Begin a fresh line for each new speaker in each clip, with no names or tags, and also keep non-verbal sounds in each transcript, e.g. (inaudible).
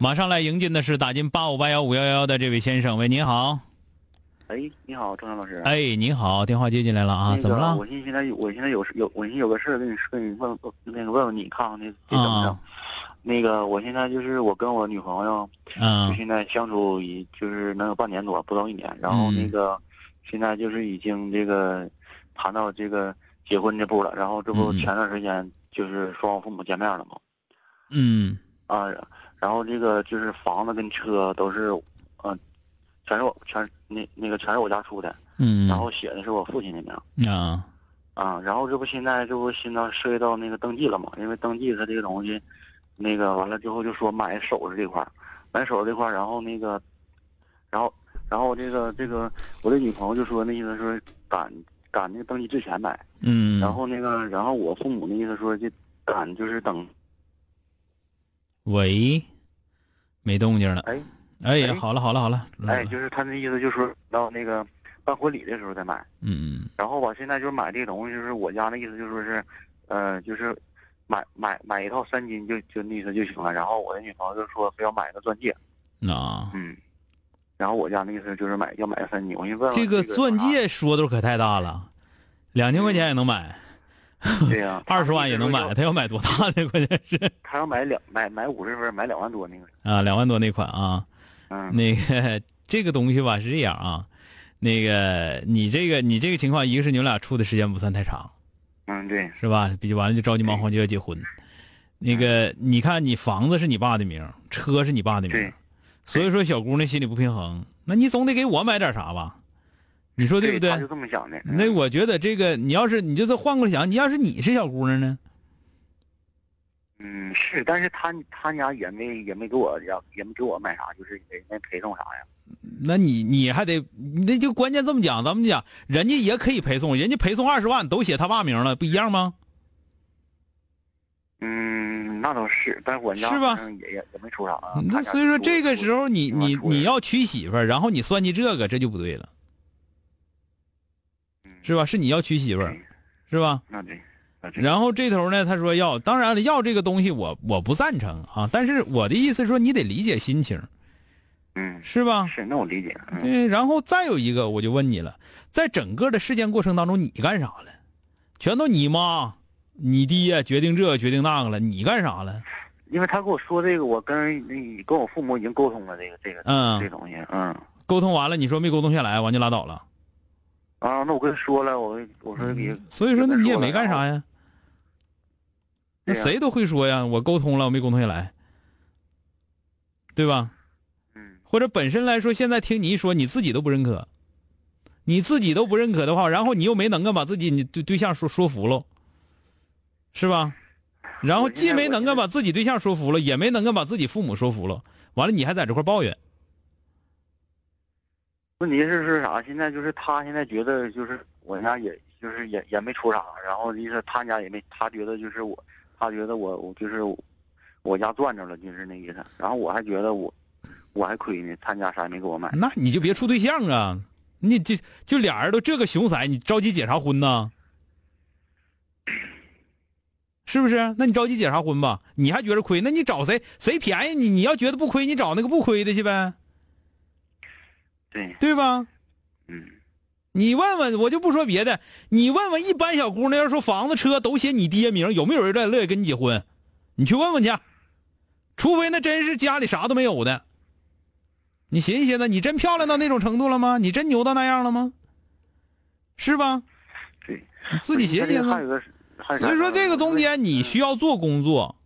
马上来迎进的是打进八五八幺五幺幺的这位先生，喂，您好，
哎，你好，钟山老师。
哎，您好，电话接进来了
那
啊，
个
怎么了
我？现现在有，我现在有事有，我现在有个事儿跟你说，跟你问那个问问你，看看这这怎么整
啊？
那个，我现在就是我跟我女朋友，就
嗯
现在相处已就是能有半年多，不到一年。然后那
嗯
个，现在就是已经这个谈到这个结婚这步了。然后这不
嗯嗯
前段时间就是双方父母见面了嘛？
嗯
啊，然后这个就是房子跟车都是，嗯、全是我全那那个全是我家出的，
嗯，
然后写的是我父亲的名。
啊，
啊，然后这不现在这不现在涉及到那个登记了嘛？因为登记它这个东西，那个完了之后就说买首饰这块儿，买首饰这块儿，然后那个，然后然后这个这个我的女朋友就说那意思说赶赶那个登记之前买，
嗯，
然后那个然后我父母那意思说就赶就是等，
喂，没动静了。
哎，
哎，
哎
好了，好了，好了。
哎，就是他那意思就说到那个办婚礼的时候再买，
嗯嗯
然后吧现在就是买这东西就是我家那意思就说是，呃就是买买买一套三金就就那意思就行了，然后我的女朋友就说非要买个钻戒，
嗯啊，
嗯，然后我家那意思就是买要买个三金，我寻思问问
这个
有啥
钻，戒说头可太大了，两千块钱也能买，
对呀、
(laughs) 二十万也能
他
买。
要
他要买嗯多大的？关键是 (laughs)
他要买两买买五十分买两万多那个，
啊，两万多那款啊，
嗯，
那个这个东西吧是这样啊，那个你这个你这个情况，一个是你们俩处的时间不算太长，
嗯对，
是吧？比完了就着急忙慌就要结婚。那个，你看，你房子是你爸的名儿，车是你爸的名儿
对，
所以说小姑娘心里不平衡，那你总得给我买点啥吧？你说对不
他就这么想的。嗯
那我觉得这个，你要是你就是换过来想，你要是你是小姑娘呢，
嗯是，但是他他家也没也没给我也也没给我买啥，就是也没陪送啥呀。
那你你还得，那就关键这么讲，咱们讲，人家也可以陪送，人家陪送二十万都写他爸名啊了，不一样吗？
嗯，那倒是，但是我家
是吧嗯
反正也也也没出啥啊。
那
他家
所以说
出
这个
出
时候你
出
你
出
你要娶媳妇儿，然后你算计这个，这就不对了，是吧？是你要娶媳妇儿
嗯对，
是吧？
那对，那对
然后这头呢，他说要，当然了，要这个东西我我不赞成啊，但是我的意思说你得理解心情，
嗯
是吧？
是，那我理解。嗯
对，然后再有一个，我就问你了，在整个的事件过程当中，你干啥了？全都你妈、你爹决定这个决定那个了，你干啥了？
因为他跟我说这个，我跟那跟我父母已经沟通了这个这个
嗯
这东西，嗯
沟通完了，你说没沟通下来，完就拉倒了。
啊，那我跟他说了，我我说
嗯
别，
所以说，
跟
那
他
你也
说了
没干啥呀？那
啊对呀
谁都会说呀，我沟通了，我没沟通下来，对吧？
嗯
或者本身来说，现在听你一说，你自己都不认可，你自己都不认可的话，然后你又没能够把自己你对对象说说服喽，是吧？然后
我现
既
在
没能够把自己对象说服了，也没能够把自己父母说服了，完了你还在这块抱怨，
问题是是啥？现在就是他现在觉得就是我家也就是也也没出啥，然后就是他家也没，他觉得就是我，他觉得我我就是我我家赚着了，就是那意思。然后我还觉得我我还亏呢，他家啥也没给我买。
那你就别处对象啊！你就就俩人都这个熊色，你着急结啥婚呢？是不是？那你着急结啥婚吧？你还觉得亏？那你找谁？谁便宜你？你要觉得不亏，你找那个不亏的去呗，
对，
对吧？
嗯。
你问问，我就不说别的，你问问一般小姑娘，要说房子车都写你爹名，有没有人乐乐意跟你结婚？你去问问去，
除非那真是家里啥都没有的。你寻思寻思，你真漂亮到那种程度了吗？你真牛到那样了吗？是吧？
对，
你自己寻思
这
寻
个还有
思。
个是，还
(laughs)
有
所以说，这个中间你需
要
要做工作，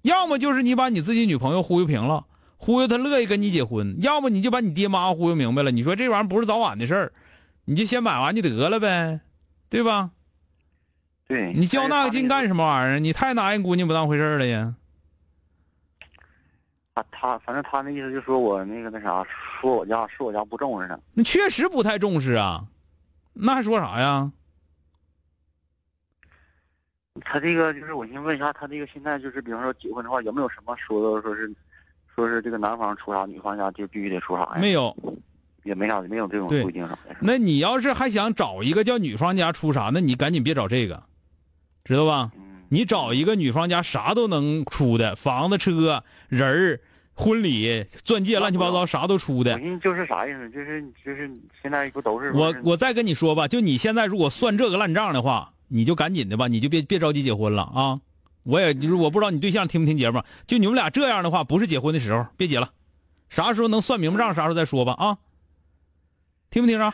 要么就是你把你自己女朋友忽悠平了，忽悠她乐意跟你结婚；要么你就把你爹妈忽悠明白了，你说这玩意儿不是早晚的事儿，你就先买完就得了呗，对吧？
对，
你交那个劲干
么？
什么
啊
玩意儿？你太拿人姑娘不当回事儿了呀！
他他反正他那意思就说我那个那啥，说我家说我家不重视他。
那确实不太重视啊，那还说啥呀？
他这个就是我先问一下，他这个现在就是，比方说结婚的话，有没有什么说的说是，说是这个男方出啥，女方家就必须得出啥呀？
没有。
也没啥，没有这种
对
规定啥的。
那你要是还想找一个叫女方家出啥，那你赶紧别找这个，知道吧？
嗯，
你找一个女方家啥都能出的，房子、车、人儿、婚礼、钻戒，乱七八糟啥都出
我
的。
寻思就是啥意思？就是就是现在不都是
我我再跟你说吧，就你现在如果算这个烂账的话，你就赶紧的吧，你就别别着急结婚了啊！我也就是我不知道你对象听不听节目，就你们俩这样的话，不是结婚的时候，别结了，啥时候能算明白账，啥时候再说吧啊！听不听着？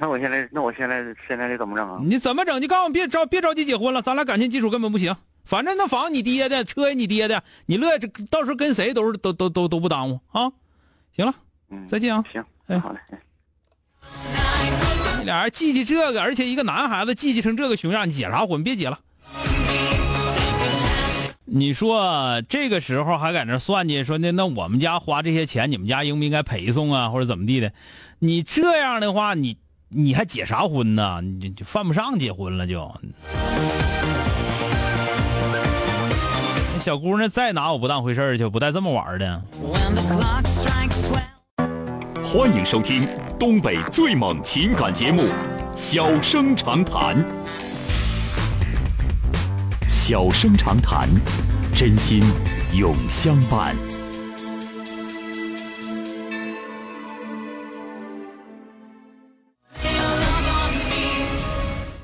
那我现在那我现在现在得怎么整啊？
你怎么整？就告诉我别着别着急结婚了，咱俩感情基础根本不行。反正那房你爹的，车也你爹的，你乐意这到时候跟谁都是都都都都不耽误啊！行了，
嗯，
再见啊！
行，
哎
好嘞。
你俩人记记这个，而且一个男孩子记记成这个熊样，你结啥婚？别结了。你说这个时候还在那算计，说那那我们家花这些钱，你们家应不应该赔送啊，或者怎么地的？你这样的话，你你还结啥婚呢？你就就犯不上结婚了就。那小姑娘再拿我不当回事儿去，不带这么玩儿的。
When the clock strikes twelve.
欢迎收听东北最猛情感节目《小生长谈》。小生长谈，真心永相伴。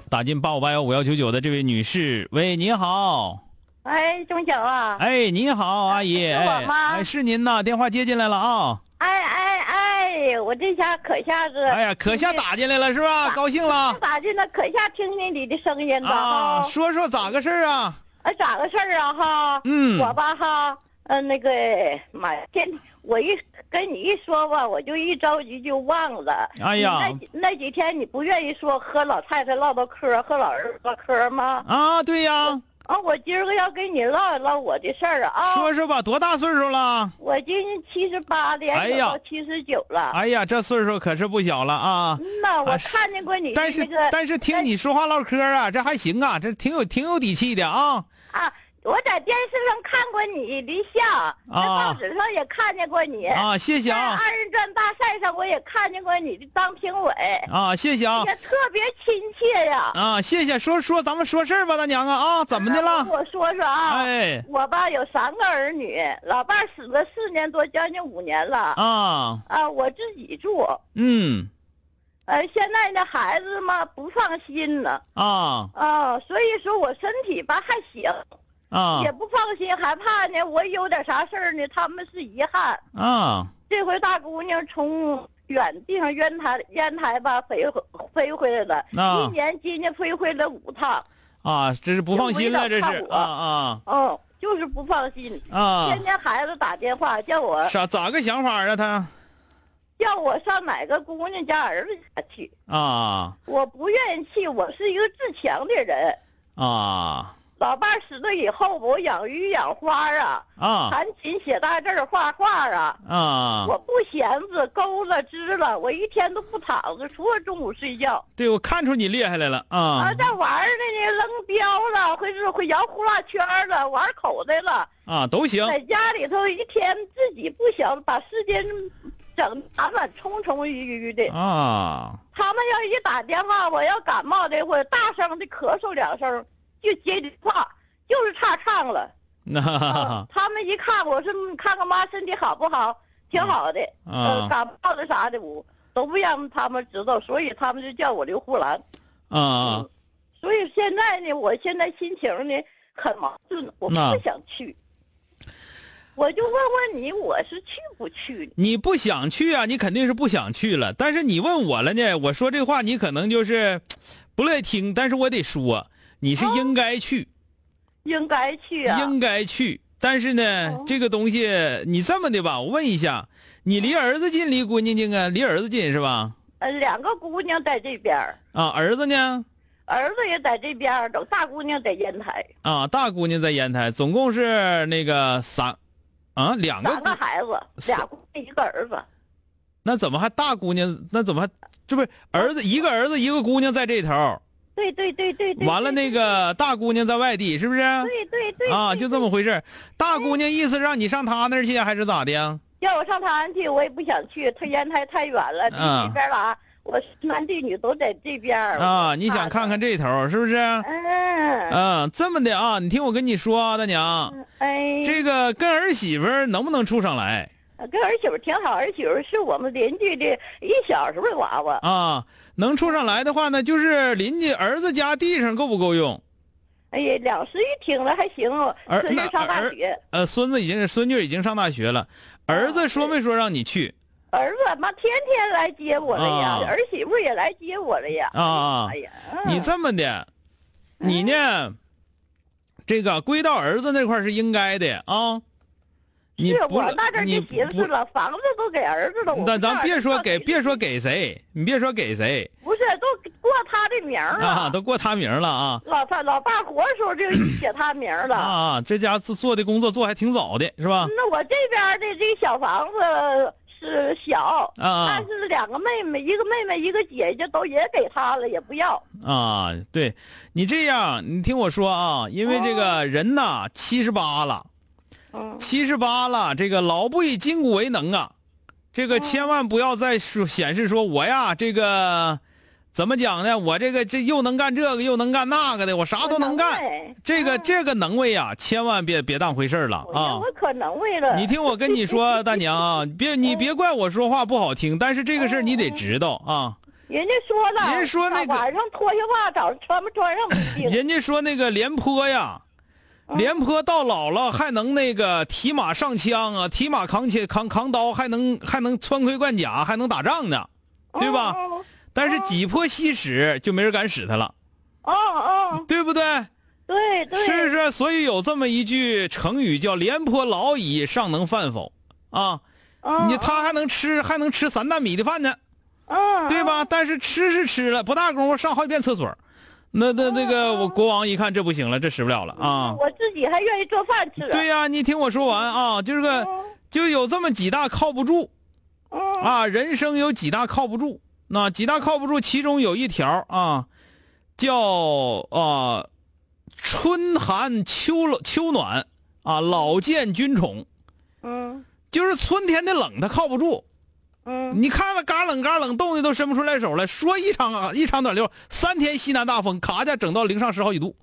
打进八五八幺五幺九九的这位女士，喂，你好。
哎，钟晓啊，
哎，你好，阿姨，
是我吗
哎，是您呐，电话接进来了啊！
哎哎哎，我这下可下是，
哎呀，可下打进来了是吧？高兴了
咋的呢？可下听听你的声音了
啊！
哈，
说说咋个事儿啊？
啊咋个事儿啊哈？
嗯
我吧哈，嗯、那个妈呀，天，我一跟你一说吧，我就一着急就忘了。
哎呀
你那几那几天你不愿意说和老太太唠唠嗑，和老儿子唠嗑吗？
啊，对呀，
啊，我今儿个要跟你唠一唠我的事儿啊。
说说吧，多大岁数了？
我今年七十八了，
哎呀
要七十九了。
哎呀，这岁数可是不小了啊！
嗯呐，
啊
我
是
看见过你
但是
那个
但是听你说话唠嗑啊，这还行啊，这挺有挺有底气的啊！
啊，我在电视上看过你的像，在
啊
报纸上也看见过你，
啊，谢谢
在
啊！
二人转大赛上我也看见过你的当评委，
啊，谢谢啊！
也特别亲切呀、
啊，谢谢，说说咱们说事儿吧，大娘啊啊，怎么的
啊
了？
我说说啊，
哎
我吧有三个儿女，老伴儿死了四年多，将近五年了。啊
啊，
我自己住，
嗯
呃，现在那孩子嘛不放心呢，
啊
啊，所以说我身体吧还行，
啊
也不放心，还怕呢，我有点啥事儿呢，他们是遗憾。
啊！
这回大姑娘从远地上烟台烟台吧飞回飞回来了，
啊
一年今年飞回来五趟，
啊，这是不放心了，这
就为
是
了怕我
啊
嗯，就是不放心，
啊啊
天！天孩子打电话叫我
啥咋个想法啊？他
叫我上哪个姑娘家儿子家去，
啊
我不愿意去，我是一个自强的人。
啊
老伴儿死了以后，我养鱼养花啊，
啊
弹琴写大字儿画画啊，
啊！
我不闲着，勾了织了，我一天都不躺着，除了中午睡觉。
对，我看出你厉害来了啊
啊，这玩儿的呢，扔镖了，会是会摇呼啦圈儿了，玩口袋了，
啊，都行
在家里头一天自己不想把时间整得满满充充裕裕的。
啊
他们要一打电话，我要感冒的，我大声的咳嗽两声就接电话，就是差唱了。
那
啊
啊
他们一看我是嗯看看妈身体好不好，挺好的，呃，
嗯啊
感冒的啥的我都不让他们知道，所以他们就叫我刘胡兰。
啊
所以现在呢，我现在心情呢很矛盾，我不
那
想去。我我就问问你，我是去不去？
你不想去啊，你肯定是不想去了。但是你问我了呢，我说这话你可能就是不乐意听，但是我得说，你是应该去，
应该去啊。
应该去。但是呢，
哦
这个东西你这么的吧，我问一下，你离儿子近，离姑娘近啊？离儿子近是吧？
呃，两个姑娘在这边儿，
啊，儿子呢？
儿子也在这边儿，都大姑娘在烟台，
啊，大姑娘在烟台，总共是那个三，啊，两个
三
姑
个孩子，俩姑娘一个儿子。
那怎么还大姑娘？那怎么还这不是儿子一个儿子一个姑娘在这头儿，
对对对啊对对。
完了那个大姑娘在外地，是不是？
对。对对对
啊，
对
就这么回事儿。大姑娘意思让你上她那儿去，啊还是咋的呀？
叫我上长安去，我也不想去，他烟台太远了，离
嗯
这边儿了，啊我男弟女都在这边儿
啊，你想看看？这头儿是不是？
我嗯，
嗯，这么的啊，你听我跟你说啊，大娘，
哎，
这个跟儿媳妇儿能不能处上来
呃跟儿媳妇挺好，儿媳妇是我们邻居的一小时候的娃娃。
啊？能处上来的话呢，就是邻居儿子家地上够不够用？
哎呀，两室一厅了还行，
儿
孙女
那
上大
儿
学，
呃，孙子已经孙女已经上大学了，儿子说没说让你去？
儿子妈天天来接我了呀，
啊
儿媳妇也来接我了呀。
啊
哎呀，
你这么的，
嗯
你呢，这个归到儿子那块儿是应该的啊。你
是
不
我那阵儿
你
就寻
不
思，了，房子都给儿子了，我
咱
不
咱
知道
别说
到
给，
底
别说给谁，你别说给谁
不是都过他的名儿了。
啊，都过他名了啊
老爸老爸活的时候就写他名儿
啊
了。
啊！这家做做的工作做还挺早的，是吧？
那我这边的这个小房子是小，
啊啊
但是两个妹妹，一个妹妹一个姐姐都也给他了，也不要。
啊，对你这样，你听我说啊，因为这个人呐，七十八了，
嗯，
七十八了，这个老不以筋骨为能啊，这个千万不要再说显示说我呀，这个怎么讲呢？我这个这又能干这个，又能干那个的，我啥都能干。
干
这个嗯这个能为呀，千万别别当回事儿了啊！
我可能为了
你听我跟你
(laughs)
说，大娘啊，别你别怪我说话不好听，但是这个事儿你得知道啊。
人家说了，
人家说那个
晚上脱下袜，早上穿不穿上不一定。
人家说那个廉颇呀，廉颇到老了还能那个提马上枪啊，提马扛起扛扛刀，还能还能穿盔贯甲，还能打仗呢，对吧？
嗯？
但是几泼西使就没人敢使他了，
嗯嗯，
对不对？
对对，
是不是？所以有这么一句成语叫“廉颇老矣，尚能饭否”啊，
嗯
你他还能吃还能吃三担米的饭呢。
嗯，
对吧？但是吃是吃了，不大功夫上好几遍厕所。那那那个我国王一看这不行了，这使不了了啊！
嗯我自己还愿意做饭吃。
(laughs) 对呀、你听我说完啊，就是个就有这么几大靠不住
嗯，
啊，人生有几大靠不住，那几大靠不住，其中有一条啊，叫啊春寒秋冷秋暖啊，老见君宠，
嗯
就是春天的冷它靠不住，
嗯
你看那嘎冷嘎冷，冻的都伸不出来手来。说一场啊，一场暖流，三天西南大风，咔家整到零上十好几度，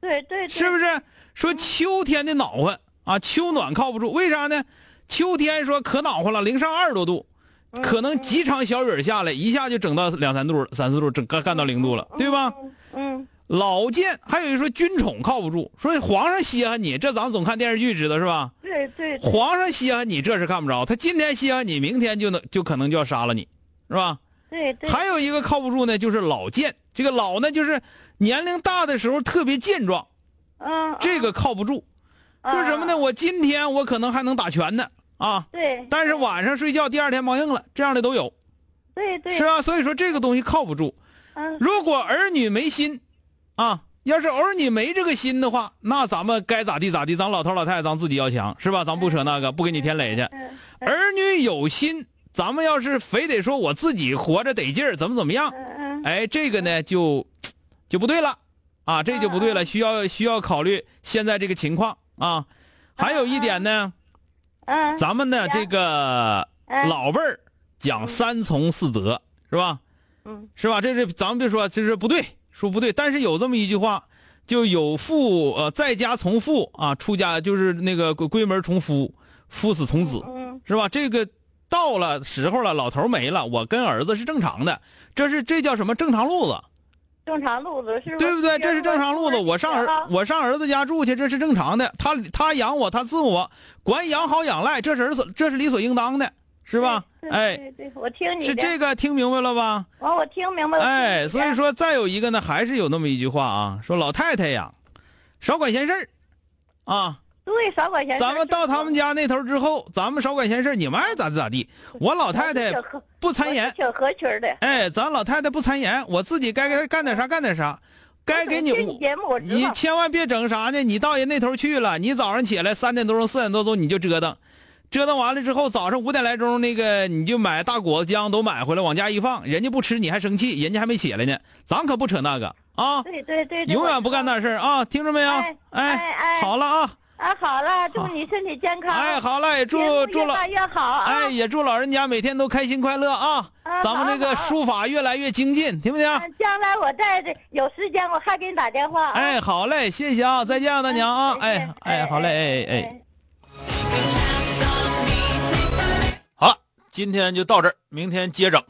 对对，对嗯
是不是？说秋天的暖和啊，秋暖靠不住，为啥呢？秋天说可暖和了，零上二十多度，
嗯
可能几场小雨下来，一下就整到两三度了、三四度，整干干到零度了，对吧？
嗯
老见还有一说君宠靠不住，说皇上稀罕你，这咱们总看电视剧知道是吧？
对对对
皇上稀罕你，这是看不着，他今天稀罕你，明天就能就可能就要杀了你，是吧？
对对，
还有一个靠不住呢，就是老健。这个老呢，就是年龄大的时候特别健壮，
嗯，
这个靠不住。
嗯
说什么呢？？我今天我可能还能打拳呢啊，
对，
但是晚上睡觉第二天忙硬了，这样的都有，
对对
是，啊。所以说这个东西靠不
(laughs)
住。
嗯
如果儿女没心，啊，要是儿女没这个心的话，那咱们该咋地咋地，咱老头老太太咱自己要强，是吧？咱不扯那个，不给你添累去。
嗯
儿女有心，咱们要是非得说我自己活着得劲儿，怎么怎么样，
嗯嗯，
哎，这个呢就就不对了啊，这就不对了，需要需要考虑现在这个情况啊。还有一点呢，
嗯
咱们呢
呀
这个
嗯
老辈儿讲三从四德是吧？
嗯，
是吧？这是咱们别说这是不对，说不对，但是有这么一句话，就有父呃在家从父啊，出家就是那个归归门从夫，夫死从子。
嗯
是吧？这个到了时候了，老头儿没了，我跟儿子是正常的，这是这叫什么正常路子，
正常路子，是不是？
对不对？这是正常路子。我上儿
啊
我上儿子家住去，这是正常的。他他养我，他伺候我，管养好养赖，这是儿子这是理所应当的，是吧？
对
哎，
对对，嗯我听你
是
的，
这个听明白了吧？
完我听明白了。
哎，
我听你的
所以说再有一个呢，还是有那么一句话啊，说老太太呀，少管闲事儿，啊，
对，少管闲事儿。
咱们到他们
家，
家那头之后，咱们少管闲事儿，你们爱咋地咋地。我老太太
我是挺合
不参
我
言
是，挺合群儿的。
哎，咱老太太不参言，我自己该该干点啥干点啥，该给你
我听你节目，我知
你
道。
千万别整啥呢？你到人那头去了，你早上起来三点多钟、四点多钟你就折腾，折腾完了之后，早上五点来钟那个你就买大果子姜都买回来往家一放，人家不吃你还生气，人家还没起来呢，咱可不扯那个啊，
对对对，对
永远不干。
我知
那事儿啊，听着没有？
哎哎哎
好了啊，
道啊，好了，祝
好
你身体健康。
哎，好嘞，
节目
祝祝
越
老
办越好啊。
哎也祝老人家每天都开心快乐啊，
啊
咱们这个
好好
书法越来越精进，听没啊听？
嗯将来我在这有时间，我还给你打电话啊。
哎，好嘞，谢谢啊，再见
嗯
啊，大娘啊，哎哎，好嘞，哎哎。
好了，今天就到这儿，明天接整。